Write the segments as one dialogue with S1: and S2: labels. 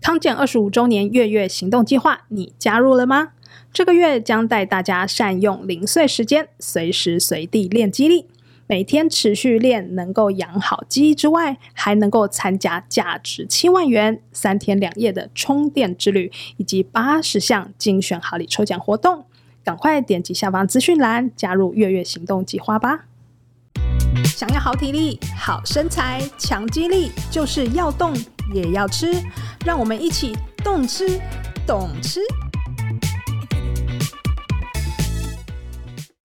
S1: 康健二十五周年月月行动计划，你加入了吗？这个月将带大家善用零碎时间，随时随地练肌力。每天持续练，能够养好肌之外，还能够参加价值七万元、三天两夜的充电之旅，以及八十项精选好礼抽奖活动。赶快点击下方资讯栏，加入月月行动计划吧！想要好体力、好身材、强肌力，就是要动也要吃。让我们一起动吃、懂吃。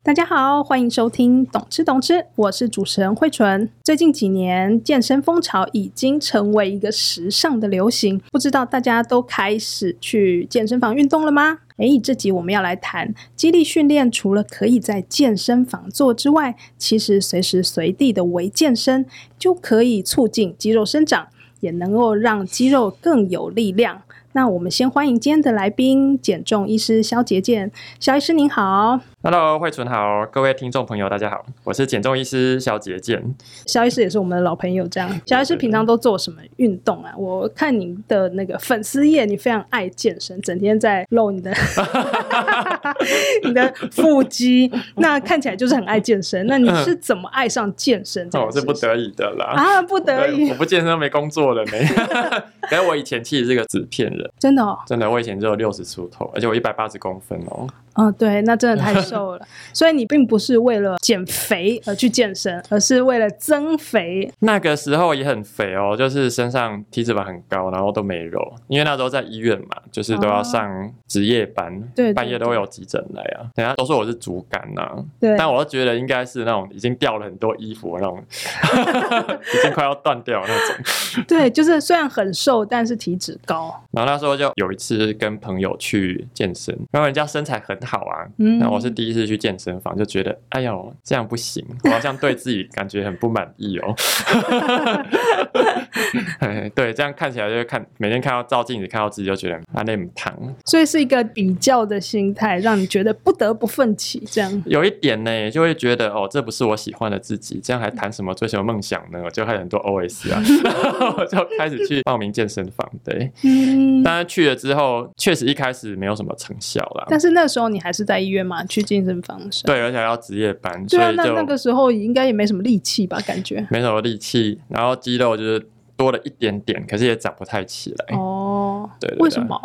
S1: 大家好，欢迎收听《懂吃懂吃》，我是主持人慧纯。最近几年，健身风潮已经成为一个时尚的流行，不知道大家都开始去健身房运动了吗？诶，这集我们要来谈肌力训练，除了可以在健身房做之外，其实随时随地的微健身就可以促进肌肉生长，也能够让肌肉更有力量。那我们先欢迎今天的来宾，减重医师肖杰健。肖医师您好。
S2: Hello，慧纯好，各位听众朋友，大家好，我是减重医师小杰健。
S1: 肖医师也是我们的老朋友，这样。肖医师平常都做什么运动啊？我看你的那个粉丝页，你非常爱健身，整天在露你的 你的腹肌，那看起来就是很爱健身。那你是怎么爱上健身这
S2: 那
S1: 件
S2: 我
S1: 事
S2: 是
S1: 情？
S2: 嗯哦不得已的啦，
S1: 啊，不得
S2: 对
S1: 已
S2: 我，不健身都没工作 了呢。可是我以前其实是个纸片人，
S1: 真的哦，
S2: 真的，我以前只有六十出头，而且我一百八十公分哦。
S1: 嗯，对，那真的太瘦了。 所以你并不是为了减肥而去健身，而是为了增肥。
S2: 那个时候也很肥哦，就是身上体脂肪很高，然后都没肉，因为那时候在医院嘛，就是都要上值夜班，
S1: 哦对对
S2: 半夜都会有急诊来啊。人家都说我是竹竿呐、啊，
S1: 对，
S2: 但我都觉得应该是那种已经掉了很多衣服那种， 已经快要断掉那种。
S1: 对，就是虽然很瘦，但是体脂高。
S2: 然后那时候就有一次跟朋友去健身，然后人家身材很好啊，
S1: 嗯
S2: 那我是第一次去健身房，就觉得哎呦这样不行，我好像对自己感觉很不满意哦。 哎对，这样看起来就看每天看到照镜子，看到自己就觉得啊那很烫，
S1: 所以是一个比较的心态，让你觉得不得不奋起。这样，
S2: 有一点呢，就会觉得哦这不是我喜欢的自己，这样还谈什么追求梦想呢？就还有很多 OS 啊， 然后我就开始去报名健身房。对，
S1: 嗯，
S2: 当然去了之后，确实一开始没有什么成效啦。
S1: 但是那时候你还是在医院嘛，去健身房的时候。
S2: 对，而且还要值夜班，所
S1: 对啊，
S2: 以
S1: 那
S2: 就
S1: 那个时候应该也没什么力气吧，感觉。
S2: 没什么力气，然后肌肉就是多了一点点，可是也长不太起来。
S1: 哦，
S2: 哎对对对
S1: 为什么？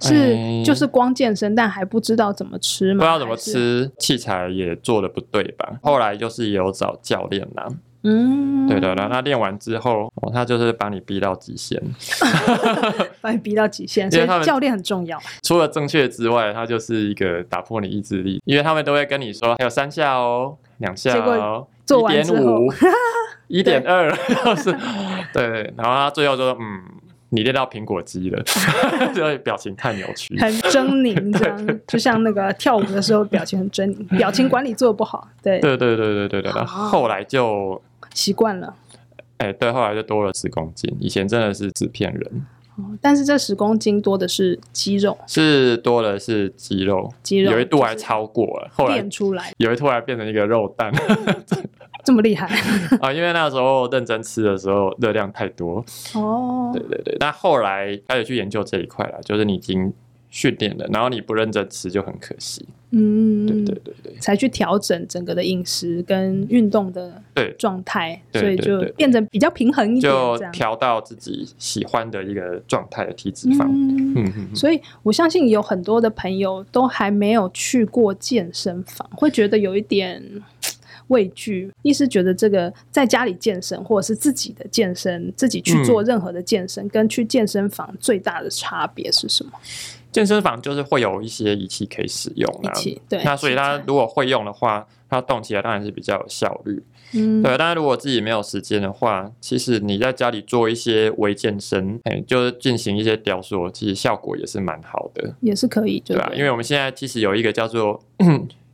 S1: 是、
S2: 哎
S1: 就是光健身，但还不知道怎么吃
S2: 不
S1: 吗？
S2: 知道怎么
S1: 啊还是？
S2: 吃，器材也做的不对吧？后来就是有找教练啦，
S1: 嗯，
S2: 对的啦。那练完之后、哦他就是把你逼到极限，
S1: 把你逼到极限，
S2: 因
S1: 所
S2: 为
S1: 以
S2: 他们
S1: 教练很重要。
S2: 除了正确之外，他就是一个打破你意志力，因为他们都会跟你说还有三下哦，两下
S1: 结
S2: 哦
S1: 果，做
S2: 一
S1: 完
S2: 点
S1: 之后
S2: 五， 一点二，就是对对，然后他最后就说嗯，你练到苹果肌了， 所以表情太扭曲。
S1: 很狰 狞，这样就像那个跳舞的时候表情很狰狞，表情管理做的不好，对，
S2: 对对对对对对，然
S1: 哦
S2: 后后来就。
S1: 习惯了。
S2: 哎、对，后来就多了十公斤。以前真的是纸片人，
S1: 哦但是这十公斤多的是肌肉，
S2: 是多了是肌肉，
S1: 肌肉
S2: 有一度还
S1: 就是
S2: 超过了。后来
S1: 练出来
S2: 有一度还变成一个肉 蛋
S1: 这么厉害
S2: 啊，因为那时候认真吃的时候热量太多。
S1: 哦
S2: 对，对对，那后来开始去研究这一块了，就是你已经训练了，然后你不认真吃就很可惜。
S1: 嗯，
S2: 对对对对
S1: 才去调整整个的饮食跟运动的
S2: 对，
S1: 状态，
S2: 对
S1: 所以
S2: 对
S1: 就
S2: 对对
S1: 变成比较平衡一点，
S2: 就
S1: 这样。
S2: 调到自己喜欢的一个状态的体脂肪。
S1: 嗯
S2: 嗯嗯嗯，
S1: 所以我相信有很多的朋友都还没有去过健身房，会觉得有一点嘖畏惧。一是觉得这个在家里健身，或者是自己的健身，自己去做任何的健身，跟去健身房最大的差别是什么？
S2: 健身房就是会有一些仪器可以使用
S1: 一
S2: 啦。
S1: 起对，
S2: 嗯那所以他
S1: 器材
S2: 如果会用的话，他动起来当然是比较有效率。
S1: 嗯，
S2: 对，当然如果自己没有时间的话，其实你在家里做一些微健身，哎、就是进行一些雕塑，其实效果也是蛮好的，
S1: 也是可以，
S2: 对啊
S1: 对
S2: 吧、
S1: 了
S2: 因为我们现在其实有一个叫做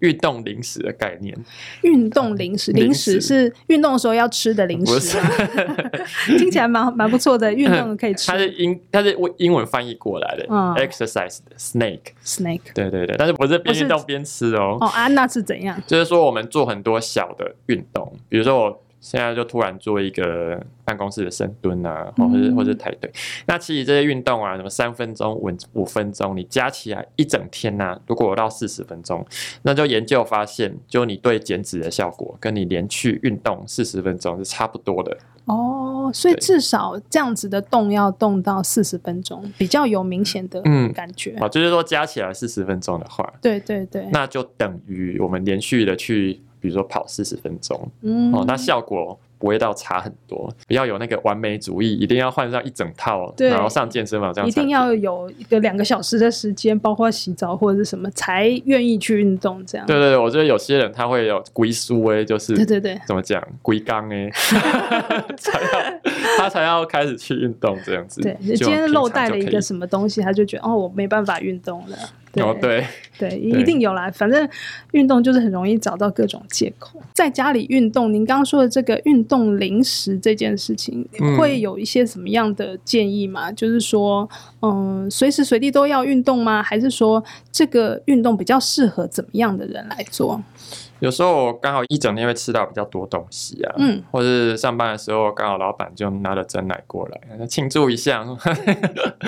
S2: 运动零食的概念，
S1: 运动零食，零
S2: 哦零
S1: 食
S2: 食
S1: 是运动的时候要吃的零
S2: 不
S1: 食
S2: 是
S1: 啊， 听起来蛮蛮不错的，运动可以吃
S2: 它是英它是英文翻译过来的、
S1: 嗯
S2: e x e r c i s e snake，
S1: snake。
S2: 对对对，但是不是
S1: 不
S2: 边
S1: 是
S2: 运动边吃哦
S1: 哦，安娜是怎样？
S2: 就是说我们做很多小的运动，比如说我现在就突然做一个办公室的深蹲啊，或者是、
S1: 嗯
S2: 或者是抬腿。那其实这些运动啊，什么三分钟、五五分钟，你加起来一整天呐、如果有到四十分钟，那就研究发现，就你对减脂的效果，跟你连续运动四十分钟是差不多的。
S1: 哦，所以
S2: 对
S1: 至少这样子的动要动到四十分钟，比较有明显的
S2: 嗯
S1: 感觉。
S2: 啊，就是说加起来四十分钟的话，
S1: 对对对，
S2: 那就等于我们连续的去，比如说跑四十分钟，
S1: 嗯
S2: 哦，那效果不会到差很多。不要有那个完美主义，一定要换上一整套，
S1: 对
S2: 然后上健身房这样
S1: 一
S2: 才
S1: 定要有一个两个小时的时间，包括洗澡或者是什么，才愿意去运动这样。
S2: 对对对，我觉得有些人他会有龟叔哎，就是
S1: 对对对
S2: 怎么讲龟缸哎， 才要他才要开始去运动这样子。
S1: 对，
S2: 就
S1: 今天
S2: 平
S1: 漏
S2: 常
S1: 带
S2: 就
S1: 了一
S2: 可
S1: 个
S2: 以
S1: 什么东西，他就觉得哦，我没办法运动了。
S2: 哦，对，
S1: 对，一定有啦。反正运动就是很容易找到各种借口。在家里运动，您刚刚说的这个运动零食这件事情，
S2: 嗯
S1: 会有一些什么样的建议吗？就是说，嗯，随时随地都要运动吗？还是说这个运动比较适合怎么样的人来做？
S2: 有时候我刚好一整天会吃到比较多东西啊，
S1: 嗯，
S2: 或是上班的时候刚好老板就拿了真奶过来，那庆祝一下，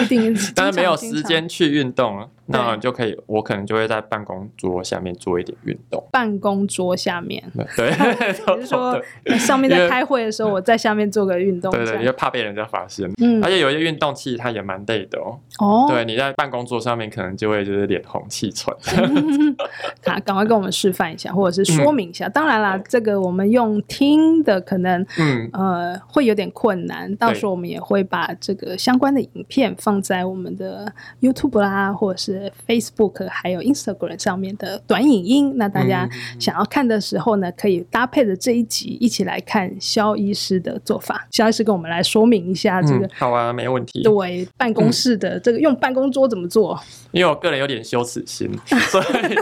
S1: 一定是，
S2: 但是没有
S1: 经
S2: 时
S1: 常。
S2: 间去运动啊，那
S1: 对
S2: 你就可以，我可能就会在办公桌下面做一点运动。
S1: 办公桌下面，
S2: 对，
S1: 比如嗯 说呃
S2: 对
S1: 上面
S2: 因
S1: 在
S2: 为
S1: 开会的时候，我在下面做个运动，
S2: 对
S1: 这
S2: 对，
S1: 样
S2: 因为怕被人家发现，
S1: 嗯
S2: 而，且有一些运动器它也蛮累的哦。
S1: 哦，
S2: 对，你在办公桌上面可能就会就是脸红 气喘。
S1: 啊，赶快跟我们示范一下，或者是说明一下。当然啦，这个我们用听的可能
S2: 嗯，
S1: 呃会有点困难，到时候我们也会把这个相关的影片放在我们的 YouTube 啦，或者是 Facebook 还有 Instagram 上面的短影音。那大家
S2: 嗯
S1: 想要看的时候呢，可以搭配着这一集一起来看肖医师的做法。肖医师跟我们来说明一下这个。
S2: 嗯好啊，没问题。
S1: 对办公室的这个用办公桌怎么做？
S2: 因为我个人有点羞耻心， 所以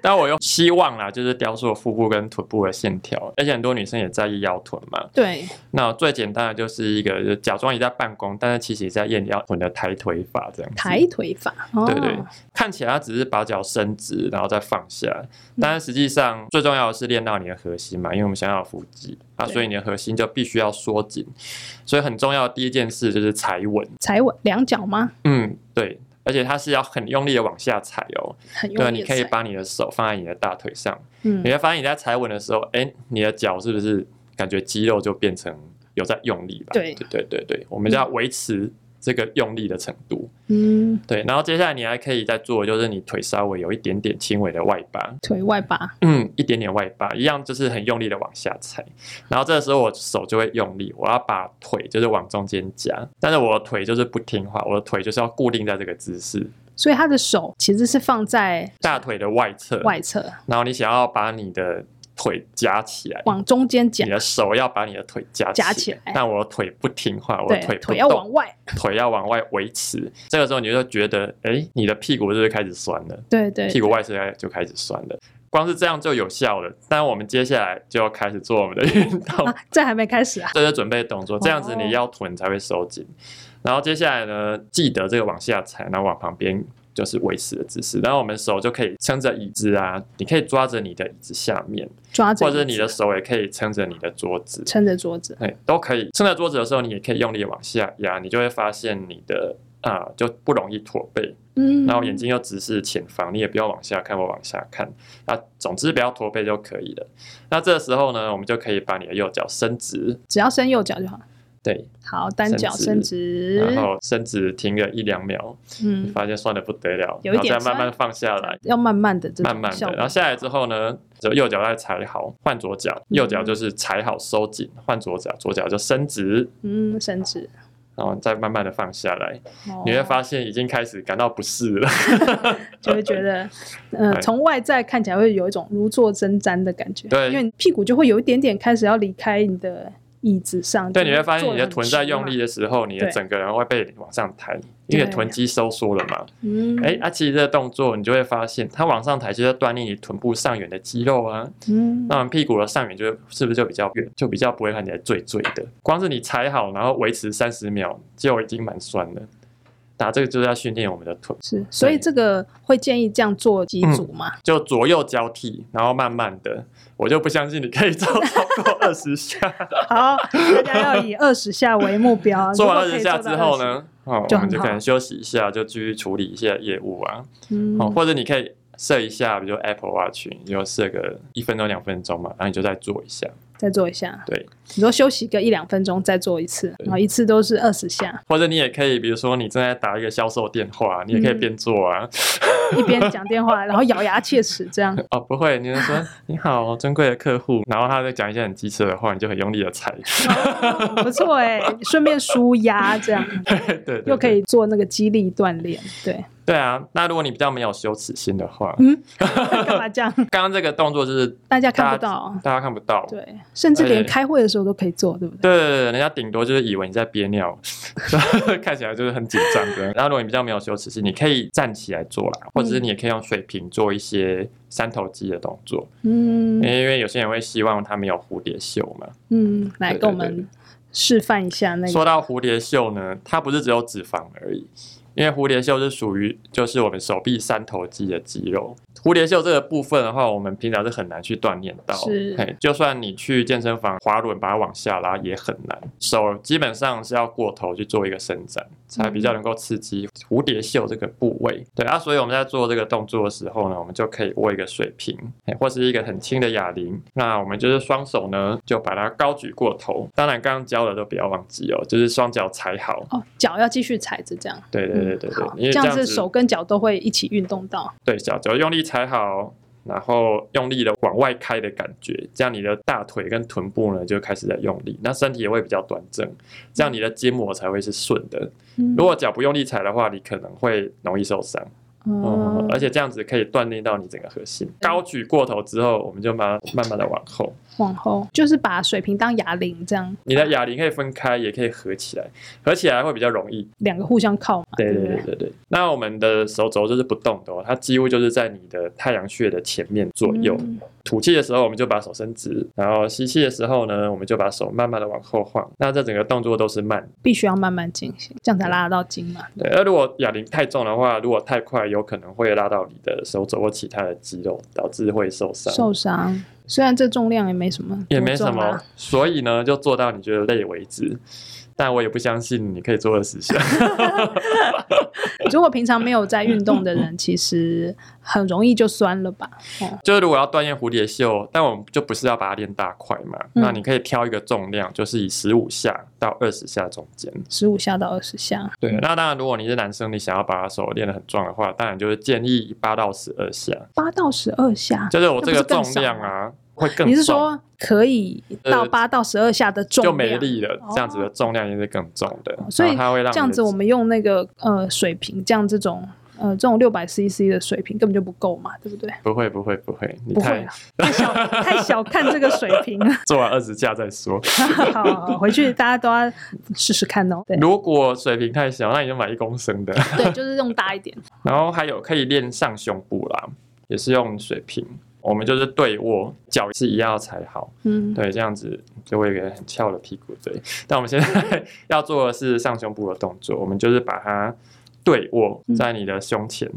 S2: 但我又希望啦，就是雕塑腹部跟臀部的线条，而且很多女生也在意腰臀嘛。
S1: 对，
S2: 那最简单的就是一个，就假装你在办公，但是其实也在验腰臀的抬腿法这样子。
S1: 抬腿法。哦、
S2: 对对，看起来它只是把脚伸直，然后再放下，
S1: 嗯
S2: 但是实际上最重要的是练到你的核心嘛，因为我们想要有腹肌啊，
S1: 对
S2: 所以你的核心就必须要缩紧，所以很重要的第一件事就是踩稳，
S1: 踩稳两脚吗？
S2: 嗯，对，而且它是要很用力的往下踩哦，
S1: 很用
S2: 对，
S1: 力
S2: 你
S1: 地
S2: 可以
S1: 踩
S2: 把你的手放在你的大腿上，
S1: 嗯
S2: 你会发现你在踩稳的时候，哎，你的脚是不是感觉肌肉就变成有在用力了？
S1: 对
S2: 对对对对，我们就要维持这个用力的程度。
S1: 嗯，
S2: 对，然后接下来你还可以再做，就是你腿稍微有一点点轻微的外八，
S1: 腿外八，
S2: 嗯，一点点外八，一样就是很用力的往下踩。然后这个时候我手就会用力，我要把腿就是往中间夹，但是我的腿就是不听话，我的腿就是要固定在这个姿势，
S1: 所以他的手其实是放在
S2: 大腿的外侧，
S1: 外侧，
S2: 然后你想要把你的腿夹起来。
S1: 往中间夹
S2: 你，的手要把你的腿夹
S1: 夹起来
S2: 但我的腿不听话，我的
S1: 对
S2: 腿，不
S1: 腿要
S2: 动
S1: 往外，
S2: 腿要往外维持。这个时候你就觉得，哎，你的屁股是不是开始酸了？
S1: 对对
S2: 屁股外侧就开始酸了。光是这样就有效了，但我们接下来就要开始做我们的运动，
S1: 啊，这还没开始啊，
S2: 这是准备动作，这样子
S1: 哦
S2: 你腰臀才会收紧。然后接下来呢，记得这个往下踩，然后往旁边就是维持的姿势。然后我们手就可以撑着椅子啊，你可以抓着你的椅子下面，
S1: 抓着
S2: 或
S1: 椅子，
S2: 者是你的手也可以撑着你的桌子，
S1: 撑着桌子，
S2: 对，哎都可以。撑在桌子的时候，你也可以用力往下压，你就会发现你的啊、就不容易驼背。
S1: 嗯，
S2: 然后眼睛又直视前方，你也不要往下看或往下看，啊，总之不要驼背就可以了。那这时候呢，我们就可以把你的右脚伸直，
S1: 只要伸右脚就好，
S2: 对，
S1: 好，单脚
S2: 伸
S1: 伸
S2: 然
S1: 直，
S2: 后伸直停个一两秒，你
S1: 嗯，
S2: 发现酸的不得了，
S1: 有
S2: 然
S1: 一
S2: 后
S1: 点
S2: 再慢慢放下来，
S1: 要慢慢的，
S2: 慢慢的，然后下来之后呢，就右脚再踩好，换左脚，
S1: 嗯
S2: 右脚就是踩好收紧，换左脚，左脚就伸直，
S1: 嗯，伸直，
S2: 然后再慢慢的放下来，
S1: 哦
S2: 你会发现已经开始感到不适 了。
S1: 就会觉得，呃，
S2: 哎
S1: 从外在看起来会有一种如坐针毡的感觉，
S2: 对
S1: 因为你屁股就会有一点点开始要离开你的椅子上，
S2: 对，
S1: 就
S2: 你会发现
S1: 坐
S2: 你
S1: 得
S2: 的
S1: 很
S2: 臀在
S1: 直
S2: 用
S1: 嘛
S2: 力，的时候，你的
S1: 对
S2: 整个人会被往上抬，因为
S1: 对
S2: 臀肌收缩了嘛。
S1: 嗯，
S2: 哎、啊，其实这个动作你就会发现，它往上抬就是在锻炼你臀部上缘的肌肉啊。
S1: 嗯
S2: 那我们屁股的上缘就是是不是就比较远，就比较不会看起来坠坠的。光是你踩好，然后维持三十秒，就已经蛮酸了。那这个就是要训练我们的臀，
S1: 是，所以这个会建议这样做几组嘛？
S2: 就左右交替，然后慢慢的，我就不相信你可以做超过二十下。
S1: 好，大家要以二十下为目标。
S2: 做完二
S1: 啊如果可
S2: 十
S1: 以
S2: 下
S1: 做
S2: 之
S1: 到
S2: 后呢，哦，
S1: 就
S2: 我
S1: 很
S2: 们就可能
S1: 好
S2: 休息一下，就继续处理一下业务啊，
S1: 20？嗯，
S2: 哦，或者你可以设一下，比如 Apple Watch，你就设个一分钟、两分钟嘛，然后你就再做一下，
S1: 再做一下。
S2: 对。
S1: 你说休息个一两分钟再做一次，
S2: 对
S1: 然后一次都是二十 下，
S2: 或者你也可以，比如说你正在打一个销售电话，你也可以
S1: 嗯
S2: 边做啊。
S1: 一边讲电话，然后咬牙切齿这样。
S2: 哦，不会，你就 说你好，尊贵的客户，然后他在讲一些很机车的话，你就很用力 的踩。
S1: 哦不错哎、顺便舒压这样，
S2: 对对对，
S1: 又可以做那个肌力锻炼。 对，
S2: 对啊，那如果你比较没有羞耻心的话，
S1: 嗯，干嘛这样？
S2: 刚刚这个动作就是
S1: 大家看不
S2: 大家
S1: 到，
S2: 大家看不到，
S1: 对，甚至
S2: 而
S1: 连
S2: 且
S1: 开会的时候都可以做，对不对？
S2: 对对对，人家顶多就是以为你在憋尿， 看起来就是很紧张的。然后如果你比较没有羞耻心，你可以站起来做
S1: 嗯
S2: 啦，或者是你也可以用水平做一些三头肌的动作，
S1: 嗯
S2: 因为有些人会希望他没有蝴蝶袖嘛。
S1: 嗯，来
S2: 对对
S1: 跟我
S2: 对
S1: 们示范一下那
S2: 说
S1: 个
S2: 到蝴蝶袖呢，它不是只有脂肪而已，因为蝴蝶袖是属于就是我们手臂三头肌的肌肉。蝴蝶袖这个部分的话，我们平常是很难去锻炼到，
S1: 是
S2: 嘿就算你去健身房滑轮把它往下拉也很难，手基本上是要过头去做一个伸展，才比较
S1: 嗯
S2: 能够刺激蝴蝶袖这个部位。对啊，所以我们在做这个动作的时候呢，我们就可以握一个水平，嘿或是一个很轻的哑铃。那我们就是双手呢，就把它高举过头。当然，刚刚教的都不要忘记哦，就是双脚踩好。
S1: 哦，脚要继续踩着这样。
S2: 对对对对
S1: 嗯
S2: 对，
S1: 好
S2: 因为
S1: 这
S2: 这样
S1: 子
S2: 子
S1: 手跟脚都会一起运动到。
S2: 对脚脚用力踩好。然后用力的往外开的感觉，这样你的大腿跟臀部呢就开始在用力，那身体也会比较端正，这样你的筋膜才会是顺的。
S1: 嗯
S2: 如果脚不用力踩的话，你可能会容易受伤。嗯
S1: 嗯，
S2: 而且这样子可以锻炼到你整个核心。高举过头之后，我们就慢慢慢的往后。
S1: 往后就是把水平当哑铃这样，
S2: 你的哑铃可以分开，也可以合起来，合起来会比较容易。
S1: 两个互相靠嘛，
S2: 对
S1: 不
S2: 对对对对。那我们的手肘就是不动的哦，它几乎就是在你的太阳穴的前面左右。
S1: 嗯
S2: 吐气的时候，我们就把手伸直，然后吸气的时候呢，我们就把手慢慢的往后晃。那这整个动作都是慢的
S1: 必须要慢慢进行，这样才拉得到筋嘛。
S2: 对，那如果哑铃太重的话，如果太快，有可能会拉到你的手肘或其他的肌肉，导致会受伤。
S1: 受伤，虽然这重量也没什么，
S2: 也没
S1: 多
S2: 什
S1: 重
S2: 么
S1: 啊，，
S2: 所以呢，就做到你觉得累为止。但我也不相信你可以做二十下，
S1: 如果平常没有在运动的人，其实很容易就酸了吧？哦，
S2: 就是如果要锻炼蝴蝶袖，但我们就不是要把它练大块嘛，
S1: 嗯
S2: 那你可以挑一个重量，就是以十五下到二十下中间。
S1: 十五下到二十下，
S2: 对，那当然，如果你是男生，你想要把手练得很壮的话，当然就是建议八到十二下，
S1: 八到十二下，
S2: 就是我这个
S1: 啊那
S2: 重
S1: 不是更少
S2: 量啊会更重。
S1: 你是说可以到
S2: 呃
S1: 八到十二下的重
S2: 就
S1: 量？
S2: 没力了
S1: 哦，
S2: 这样子的重量也是更重的，
S1: 所以
S2: 然后它会让
S1: 这样子，我们用那个呃水平，这样这种呃这种六百 CC 的水平根本就不够嘛，对不 对？
S2: 不会不会不会，你
S1: 不会
S2: 太
S1: 啊，太小太小看这个水平了。
S2: 做完二十下再说。
S1: 好好，好回去大家都要试试看哦。对
S2: 如果水平太小，那你就买一公升的。
S1: 对，就是用大一点。
S2: 然后还有可以练上胸部啦，也是用水平。我们就是对握，脚是一样要踩好，
S1: 嗯，
S2: 对，这样子就会有一个很翘的屁股。对，但我们现在要做的是上胸部的动作，我们就是把它对握在你的胸前，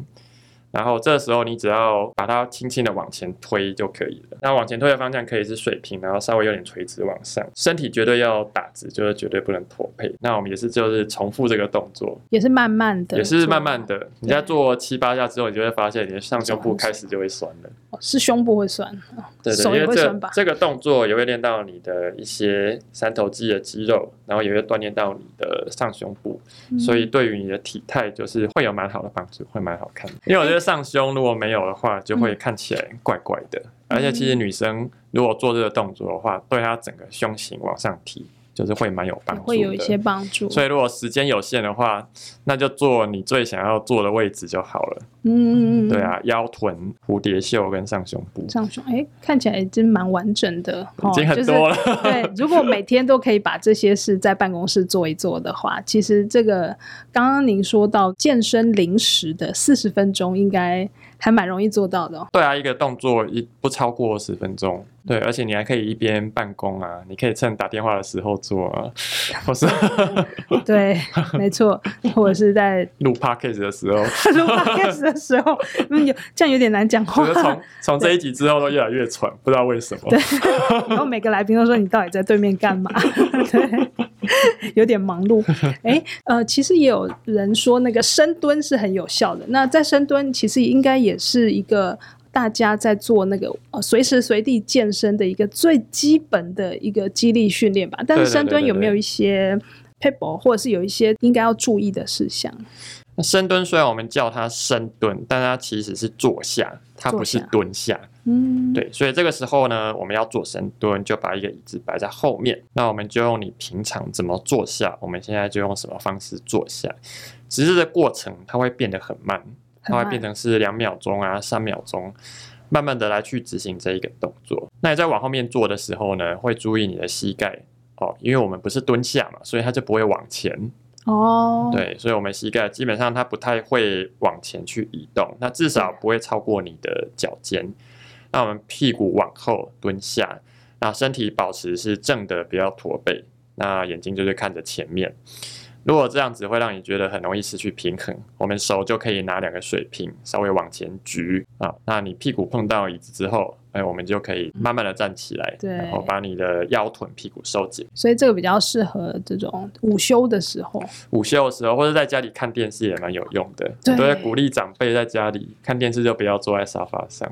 S2: 然后这时候你只要把它轻轻的往前推就可以了。那往前推的方向可以是水平，然后稍微有点垂直往上，身体绝对要打直，就是绝对不能驼背。那我们也是就是重复这个动作，
S1: 也是慢慢的，
S2: 也是慢慢，的，你在做七八下之后，你就会发现你的上胸部开始就会酸了。
S1: 哦是胸部会酸，哦
S2: 对
S1: 手
S2: 对，
S1: 也
S2: 因
S1: 会
S2: 为
S1: 酸
S2: 这
S1: 吧？
S2: 这个动作也会练到你的一些三头肌的肌肉，然后也会锻炼到你的上胸部，
S1: 嗯
S2: 所以对于你的体态就是会有蛮好的帮助，会蛮好看
S1: 哎
S2: 的。因为我觉得上胸如果没有的话，就会看起来怪怪的。
S1: 嗯
S2: 而且其实女生如果做这个动作的话，对她整个胸型往上提，就是会蛮有帮
S1: 也
S2: 助的。
S1: 会有一些帮助。
S2: 所以如果时间有限的话，那就做你最想要做的位置就好了。
S1: 嗯嗯嗯，嗯
S2: 对，啊，腰臀、蝴蝶袖跟上胸部，
S1: 上胸哎，看起来已经蛮完整的，
S2: 已
S1: 哦
S2: 经很
S1: 就是
S2: 多了。
S1: 对，如果每天都可以把这些事在办公室做一做的话，其实这个刚刚您说到健身零食的四十 分钟，应该还蛮容易做到的哦。
S2: 对啊，一个动作一不超过十分钟，
S1: 嗯
S2: 对，而且你还可以一边办公啊，你可以趁打电话的时候做 啊，或是
S1: 对，没错，或者是在
S2: 录 podcast 的时候，
S1: 录 podcast 的时候，嗯，有这样有点难讲话
S2: 觉。得从从这一集之后都越来越喘，不知道为什么。
S1: 然后每个来宾都说你到底在对面干嘛？ 对，有点忙碌。哎，呃，其实也有人说那个深蹲是很有效的。那在深蹲，其实应该也是一个大家在做那个呃随时随地健身的一个最基本的一个肌力训练吧。但是
S2: 对对
S1: 深蹲
S2: 对对
S1: 有没有
S2: 对
S1: 一些 p e b b l e 或者是有一些应该要注意的事项？
S2: 那深蹲虽然我们叫它深蹲，但它其实是坐下，它不
S1: 坐
S2: 是
S1: 下
S2: 蹲下。
S1: 嗯，，
S2: 对，所以这个时候呢，我们要做深蹲，就把一个椅子摆在后面。那我们就用你平常怎么坐下，我们现在就用什么方式坐下。只是这过程它会变得很慢，它会变成是两秒钟啊、三秒钟，慢慢的来去执行这一个动作。那你在往后面做的时候呢，会注意你的膝盖哦，因为我们不是蹲下嘛，所以它就不会往前。
S1: 哦，，
S2: 对，所以我们膝盖基本上它不太会往前去移动，那至少不会超过你的脚尖。那我们屁股往后蹲下，那身体保持是正的，不要驼背。那眼睛就是看着前面。如果这样子会让你觉得很容易失去平衡，我们手就可以拿两个水瓶稍微往前举啊。那你屁股碰到椅子之后，哎，我们就可以慢慢的站起来，
S1: 嗯对
S2: 然后把你的腰臀屁股收紧。
S1: 所以这个比较适合这种午休的时候。
S2: 午休的时候，或者在家里看电视也蛮有用的。
S1: 对
S2: 我都在鼓励长辈在家里看电视就不要坐在沙发上，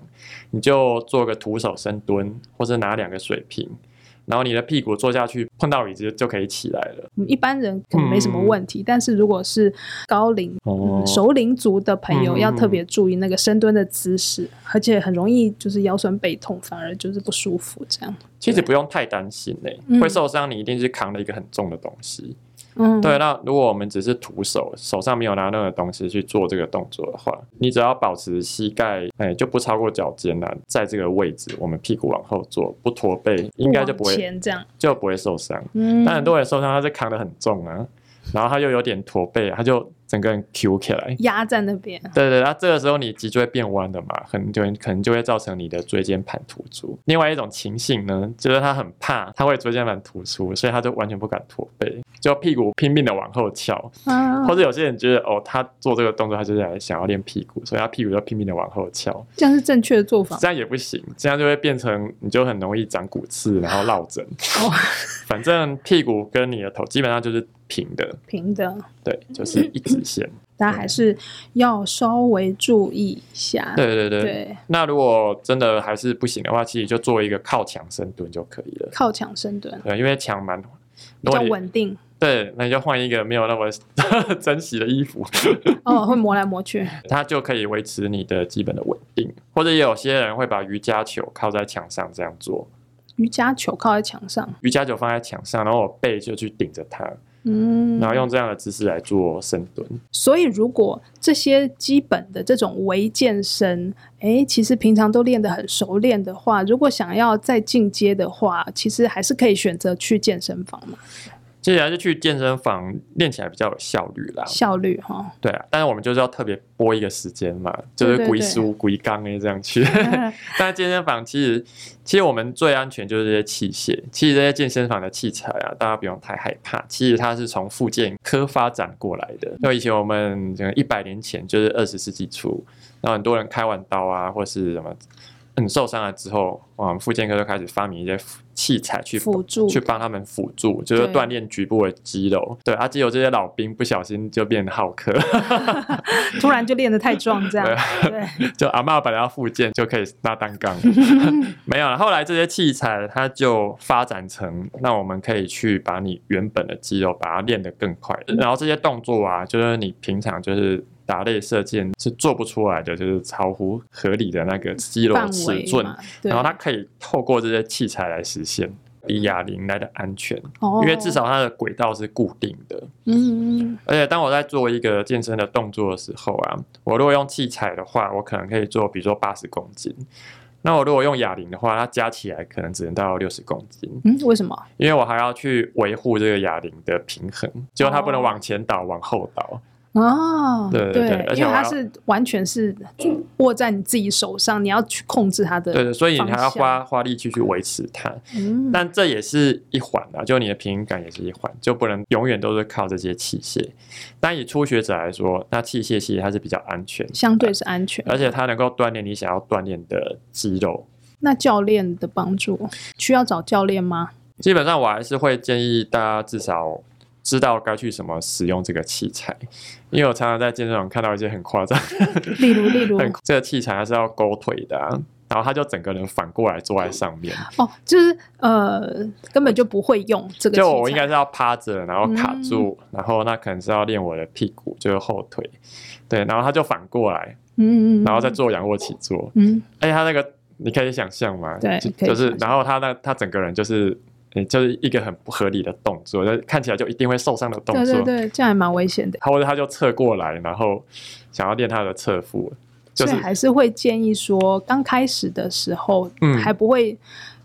S2: 你就做个徒手深蹲，或者拿两个水瓶，然后你的屁股坐下去碰到椅子就可以起来了。
S1: 嗯一般人可能没什么问题，但是如果是高龄、
S2: 嗯哦
S1: 嗯、熟龄族的朋友，
S2: 嗯
S1: 要特别注意那个深蹲的姿势，而且很容易就是腰酸背痛，反而就是不舒服这样。
S2: 其实不用太担心嘞、
S1: 嗯
S2: 会受伤你一定是扛了一个很重的东西。
S1: 嗯，
S2: 对，那如果我们只是徒手，手上没有拿任何东西去做这个动作的话，你只要保持膝盖，哎、就不超过脚尖啦、在这个位置，我们屁股往后坐，不驼背，应该就不
S1: 往
S2: 会
S1: 前这样。
S2: 就不会受伤。
S1: 嗯，
S2: 但很多人受伤，他是扛得很重啊，然后他又有点驼背，他就整个人 Q 起来。
S1: 压在那边。
S2: 对对，那这个时候你脊椎变弯的嘛，很就可能就会造成你的椎间盘突出。另外一种情形呢，就是他很怕他会椎间盘突出，所以他就完全不敢驼背，就屁股拼命的往后翘。
S1: 啊
S2: 或，者有些人觉得哦，他做这个动作，他就是来想要练屁股，所以他屁股就拼命的往后翘，
S1: 这样是正确的做法。
S2: 这样也不行，这样就会变成你就很容易长骨刺，然后落枕。
S1: 哦，
S2: 反正屁股跟你的头基本上就是平的，
S1: 平的，
S2: 对，就是一直线。
S1: 大家还是要稍微注意一下。
S2: 对对对。
S1: 嗯对，
S2: 那如果真的还是不行的话，其实就做一个靠墙深蹲就可以了。
S1: 靠墙深蹲
S2: 对，因为墙蛮，
S1: 比
S2: 如果
S1: 较
S2: 你
S1: 稳 定。
S2: 对，那你就换一个没有那么 珍惜的衣服，
S1: 哦，会磨来磨去。
S2: 它就可以维持你的基本的稳定。或者也有些人会把瑜伽球靠在墙上这样做，
S1: 瑜伽球靠在墙上，
S2: 瑜伽球放在墙上，然后我背就去顶着它，
S1: 嗯，
S2: 然后用这样的姿势来做深蹲。
S1: 所以，如果这些基本的这种微健身，诶，其实平常都练得很熟练的话，如果想要再进阶的话，其实还是可以选择去健身房嘛，
S2: 接下来就去健身房练起来比较有效率啦。
S1: 效率哈。
S2: 对啊，但是我们就是要特别拨一个时间嘛，就
S1: 对
S2: 是
S1: 对
S2: 鬼
S1: 对
S2: 书鬼刚诶这样 去。 但是健身房其实，其实我们最安全就是这些器械。其实这些健身房的器材啊，大家不用太害怕。其实它是从复健科发展过来的。就以前我们一百年前，就是二十世纪初，那很多人开完刀啊，或是什么。嗯，受伤了之后，我们复健科就开始发明一些器材去
S1: 辅助
S2: 去帮他们辅助，就是
S1: 对
S2: 锻炼局部的肌肉。对，啊，只有这些老兵不小心就变好客，
S1: 突然就练得太壮， 这样对，
S2: 就阿嬷本来要复健就可以拉单 杠，没有了。后来这些器材它就发展成，那我们可以去把你原本的肌肉把它练得更快。
S1: 嗯
S2: 然后这些动作啊，就是你平常就是打类射箭是做不出来的，就是超乎合理的那个肌肉
S1: 范
S2: 尺
S1: 围
S2: 寸，
S1: 嘛，对
S2: 然后它可以透过这些器材来实现。比哑铃来的安全，
S1: 哦
S2: 因为至少它的轨道是固定的。
S1: 嗯，
S2: 而且当我在做一个健身的动作的时候啊，我如果用器材的话，我可能可以做，比如说八十公斤。那我如果用哑铃的话，它加起来可能只能到六十公斤，
S1: 嗯，为什么？
S2: 因为我还要去维护这个哑铃的平衡，结果它不能
S1: 哦
S2: 往前倒，往后倒，
S1: 哦，
S2: 对对对而且
S1: 因为
S2: 我
S1: 它
S2: 要
S1: 是完全是握在你自己手上，你要去控制它的，
S2: 对对，所以你还要
S1: 方向
S2: 花花力气去维持它。
S1: 嗯，
S2: 但这也是一环啊，就你的平衡感也是一环，就不能永远都是靠这些器械。但以初学者来说，那器械系它是比较安全，
S1: 相对是安全。
S2: 而且它能够锻炼你想要锻炼的肌肉。
S1: 那教练的帮助需要找教练吗？
S2: 基本上我还是会建议大家至少知道该去什么使用这个器材，因为我常常在健身房看到一些很夸张，
S1: 例如，例如，
S2: 很这个器材它是要勾腿的啊、然后他就整个人反过来坐在上面，
S1: 哦，就是呃，根本就不会用这个器材。嗯
S2: 就我应该是要趴着，然后卡住，然后那可能是要练我的屁股，就是后腿，对，然后他就反过来，
S1: 嗯，嗯嗯，
S2: 然后再做仰卧起坐，
S1: 嗯，
S2: 而且他那个你可以想象吗？
S1: 对
S2: 就
S1: 可以
S2: 就是
S1: 想，象
S2: 然后他那他整个人就是。诶就是一个很不合理的动作，就是看起来就一定会受伤的动
S1: 对
S2: 作。
S1: 对对，这样也蛮危险的，
S2: 他或者他就侧过来，然后想要练他的侧腹，就是
S1: 所以还是会建议说，刚开始的时候，
S2: 嗯
S1: 还不会。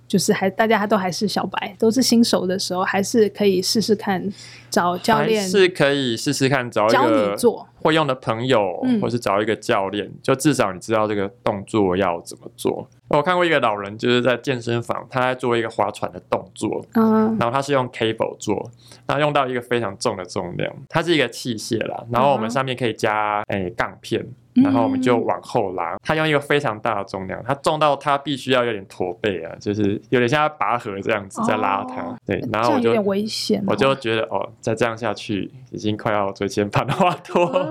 S1: 就是还大家都还是小白，都是新手的时候，还是可以试试看找教
S2: 还
S1: 练
S2: 是可以试试看找一
S1: 教
S2: 个
S1: 你做。
S2: 会用的朋友，
S1: 嗯
S2: 或是找一个教练，就至少你知道这个动作要怎么做。我看过一个老人，就是在健身房，他在做一个划船的动作，
S1: 嗯，
S2: 然后他是用 cable 做，然后用到一个非常重的重量，它是一个器械啦，然后我
S1: 嗯
S2: 们
S1: 哼
S2: 上面可以加诶杠片，然后我们就往后拉。他用一个非常大的重量，他重到他必须要有点驼背啊，就是有点像他拔河这样子在拉他。
S1: 哦
S2: 对，然
S1: 这
S2: 后我
S1: 样有
S2: 就
S1: 点危险哦、
S2: 我就觉得哦，再这样下去已经快要椎间盘化脱了。
S1: 嗯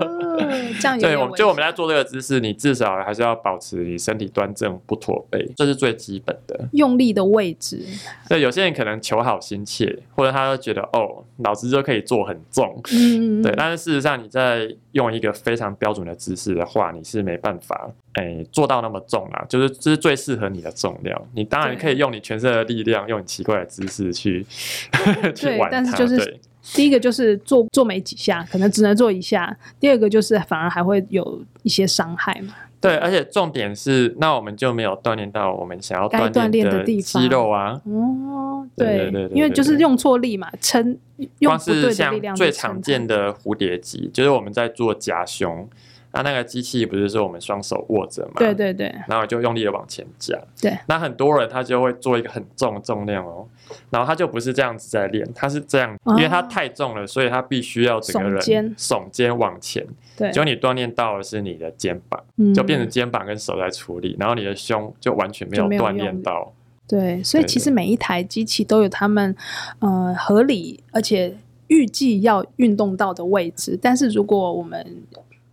S1: 这样有
S2: 对，
S1: 点
S2: 我
S1: 危
S2: 们就我们
S1: 险
S2: 在做这个姿势，你至少还是要保持你身体端正，不驼背，这是最基本的。
S1: 用力的位置，
S2: 对，有些人可能求好心切，或者他就觉得哦，老子就可以做很重，
S1: 嗯，
S2: 对。但是事实上，你在用一个非常标准的姿势的话，你是没办法诶、做到那么重啦，就是这是最适合你的重量。你当然
S1: 对
S2: 可以用你全身的力量，用你奇怪的姿势去 去
S1: 对
S2: 玩它，
S1: 但是就是
S2: 对
S1: 第一个就是做做没几下，可能只能做一下；第二个就是反而还会有一些伤害嘛。
S2: 对，而且重点是，那我们就没有锻炼到我们想要
S1: 该锻
S2: 炼
S1: 炼的地
S2: 肌
S1: 方
S2: 肉啊。
S1: 哦，
S2: 对对对对
S1: 因为就是用错力嘛，撑用
S2: 光
S1: 不对
S2: 是
S1: 的力量
S2: 像最常见
S1: 的
S2: 的蝴蝶机，就是我们在做夹胸，那那个机器不是说我们双手握着嘛？
S1: 对。对对，
S2: 然后就用力的往前夹，
S1: 对。
S2: 那很多人他就会做一个很重的重量哦，然后他就不是这样子在练，他是这样，因为他
S1: 哦
S2: 太重了，所以他必须要整个
S1: 耸
S2: 人
S1: 肩
S2: 耸肩往前。
S1: 对，
S2: 结果你锻炼到的是你的肩膀，
S1: 嗯
S2: 就变成肩膀跟手在处理，然后你的胸就完全没有
S1: 就没有
S2: 锻
S1: 用
S2: 炼
S1: 力
S2: 到。
S1: 对，所以
S2: 对
S1: 其实每一台机器都有他们呃合理而且预计要运动到的位置，但是如果我们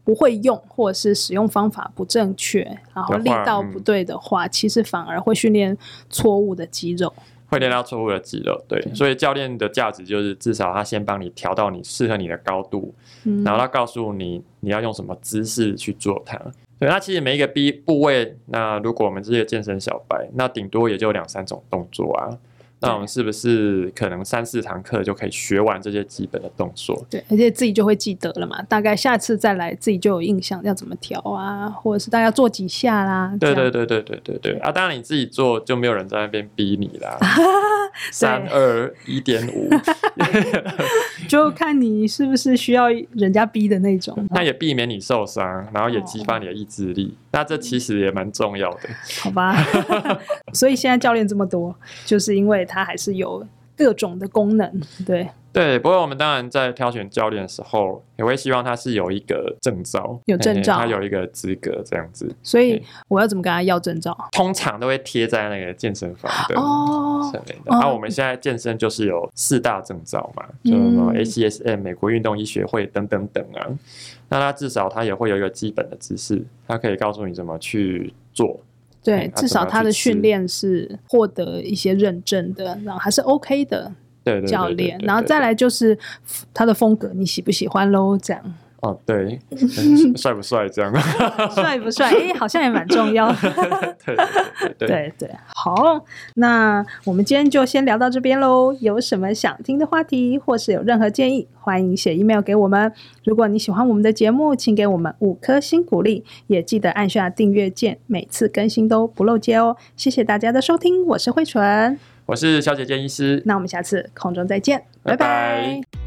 S1: 不会用，或者是使用方法不正确，然后
S2: 的
S1: 力
S2: 话
S1: 道
S2: 嗯
S1: 不对的话，其实反而会训练错误的肌肉。
S2: 会练到错误的肌肉，对，所以教练的价值就是至少他先帮你调到你适合你的高度，
S1: 嗯，
S2: 然后他告诉你你要用什么姿势去做它。对，那其实每一个 B 部位，那如果我们这些健身小白，那顶多也就两三种动作啊。那我们是不是可能三四堂课就可以学完这些基本的动作？
S1: 对，而且自己就会记得了嘛，大概下次再来自己就有印象要怎么调啊，或者是大概做几下啦。
S2: 对
S1: 这
S2: 对
S1: 样，
S2: 对对对对对啊！当然你自己做就没有人在那边逼你啦， 三
S1: 对
S2: 二一点五，
S1: 就看你是不是需要人家逼的那种。
S2: 那也避免你受伤，然后
S1: 哦
S2: 也激发你的意志力。那这
S1: 嗯
S2: 其实也蛮重要的。
S1: 好吧， 所以现在教练这么多，就是因为他还是有各种的功能。对，
S2: 对，不过我们当然在挑选教练的时候，也会希望他是有一个证照，
S1: 有证照
S2: 嘿他有一个资格这样子。
S1: 所以
S2: 对
S1: 我要怎么跟他要证照？
S2: 通常都会贴在那个健身房的。
S1: 哦，
S2: 上面的。
S1: 哦
S2: 那、我们现在健身就是有四大证照嘛，
S1: 嗯
S2: 就什么 ACSM 美国运动医学会等等等啊。那它至少它也会有一个基本的知识，它可以告诉你怎么去做。
S1: 对
S2: 嗯，他
S1: 至少
S2: 怎么
S1: 他的
S2: 去吃
S1: 训练是获得一些认证的，然后还是 OK 的
S2: 对对对对
S1: 教
S2: 对对
S1: 练。
S2: 对
S1: 然后再来就是他的风格，你喜不喜欢喽？这样
S2: 哦， 对，嗯帅不帅这样？
S1: 帅不帅？诶，好像也蛮重 要的。
S2: 对对对对，
S1: 对对，好，那我们今天就先聊到这边喽。有什么想听的话题，或是有任何建议，欢迎写 email 给我们。如果你喜欢我们的节目，请给我们五颗星鼓励，也记得按下订阅键，每次更新都不漏接哦。谢谢大家的收听，我是慧纯，
S2: 我是小姐建医师，
S1: 那我们下次空中再见，
S2: 拜
S1: 拜
S2: 拜
S1: 拜